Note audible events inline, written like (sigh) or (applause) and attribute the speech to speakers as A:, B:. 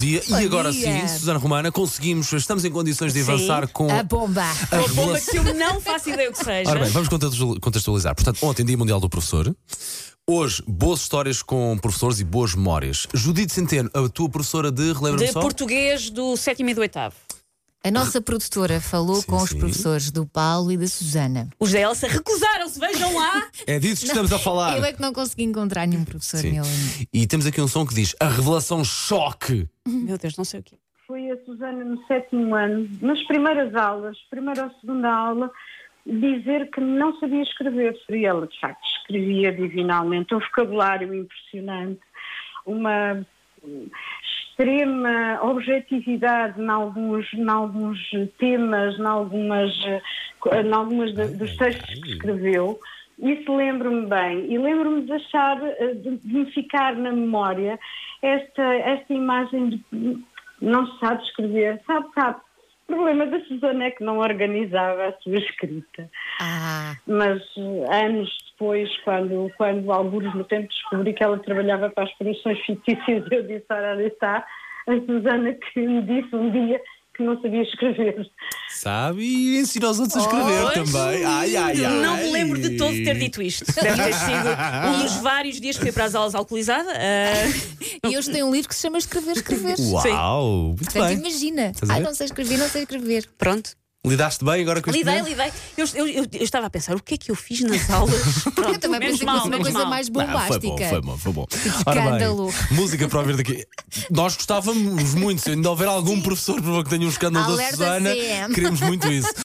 A: Dia.
B: Bom
A: E agora
B: dia.
A: sim, Susana Romana, conseguimos, estamos em condições de
C: Sim.
A: avançar com.
B: A bomba.
A: a
C: Uma bomba
A: relação-
C: que eu não faço ideia o que seja.
A: Ora bem, vamos contextu- contextualizar. Portanto, ontem, Dia Mundial do Professor. Hoje, boas histórias com professores e boas memórias. Judite Centeno, a tua professora de relembra
C: de
A: só?
C: português do sétimo e do oitavo.
B: A nossa produtora falou com os
A: sim.
B: professores do Paulo e da Susana.
C: Os da Elsa recusaram-se,
B: (laughs)
C: vejam lá.
A: É disso que estamos a falar.
B: Eu é que não consegui encontrar nenhum professor
A: Sim.
B: meu ainda.
A: E temos aqui um som que diz a revelação choque.
C: Meu Deus, não sei o quê.
D: foi a Susana no sétimo ano, nas primeiras aulas, primeira ou segunda aula, dizer que não sabia escrever. E ela, de facto, escrevia divinalmente, um vocabulário impressionante, uma extrema objetividade em alguns, em alguns temas, em algumas, eh, co- em algumas da- dos textos que escreveu. Isso lembro-me bem e lembro-me de achar, eh, de, de me ficar na memória esta, esta imagem de não sabe escrever, sabe, sabe. O problema da Susana é que não organizava a sua escrita
B: Ah,
D: mas eh, anos depois, quando, quando alguns no tempo descobri que ela trabalhava para as produções fictícias, eu disse, ora, ali está a Susana que me disse um dia que não sabia escrever.
A: Sabe? E ensina os outros a escrever
C: Pois,
A: também. Ai, ai, ai.
C: Não me lembro de todo de ter dito isto. Deve ter sido um dos vários dias que fui para as aulas alcoolizada. Ah,
B: e hoje tem um livro que se chama Escrever, Escrever.
A: Uau, muito
B: Portanto,
A: bem.
B: imagina.
A: a
B: Ai,
A: ver?
B: não sei escrever, não sei escrever.
C: pronto.
A: Lidaste bem agora com este
C: Lidei,
A: momento?
C: lidei. Eu, eu, eu- eu estava a pensar, o que é que eu fiz nas aulas? Pronto,
B: Eu também
C: menos
B: pensei que
C: mal,
B: fosse uma
C: menos
B: coisa
C: mal.
B: mais
A: Ah, foi bom,
B: bombástica.
A: foi bom, foi bom.
B: escândalo.
A: música para ouvir daqui. Nós gostávamos muito, se ainda houver algum professor por favor, que tenha um escândalo da
B: Alerta
A: Susana,
B: CM.
A: queremos muito isso.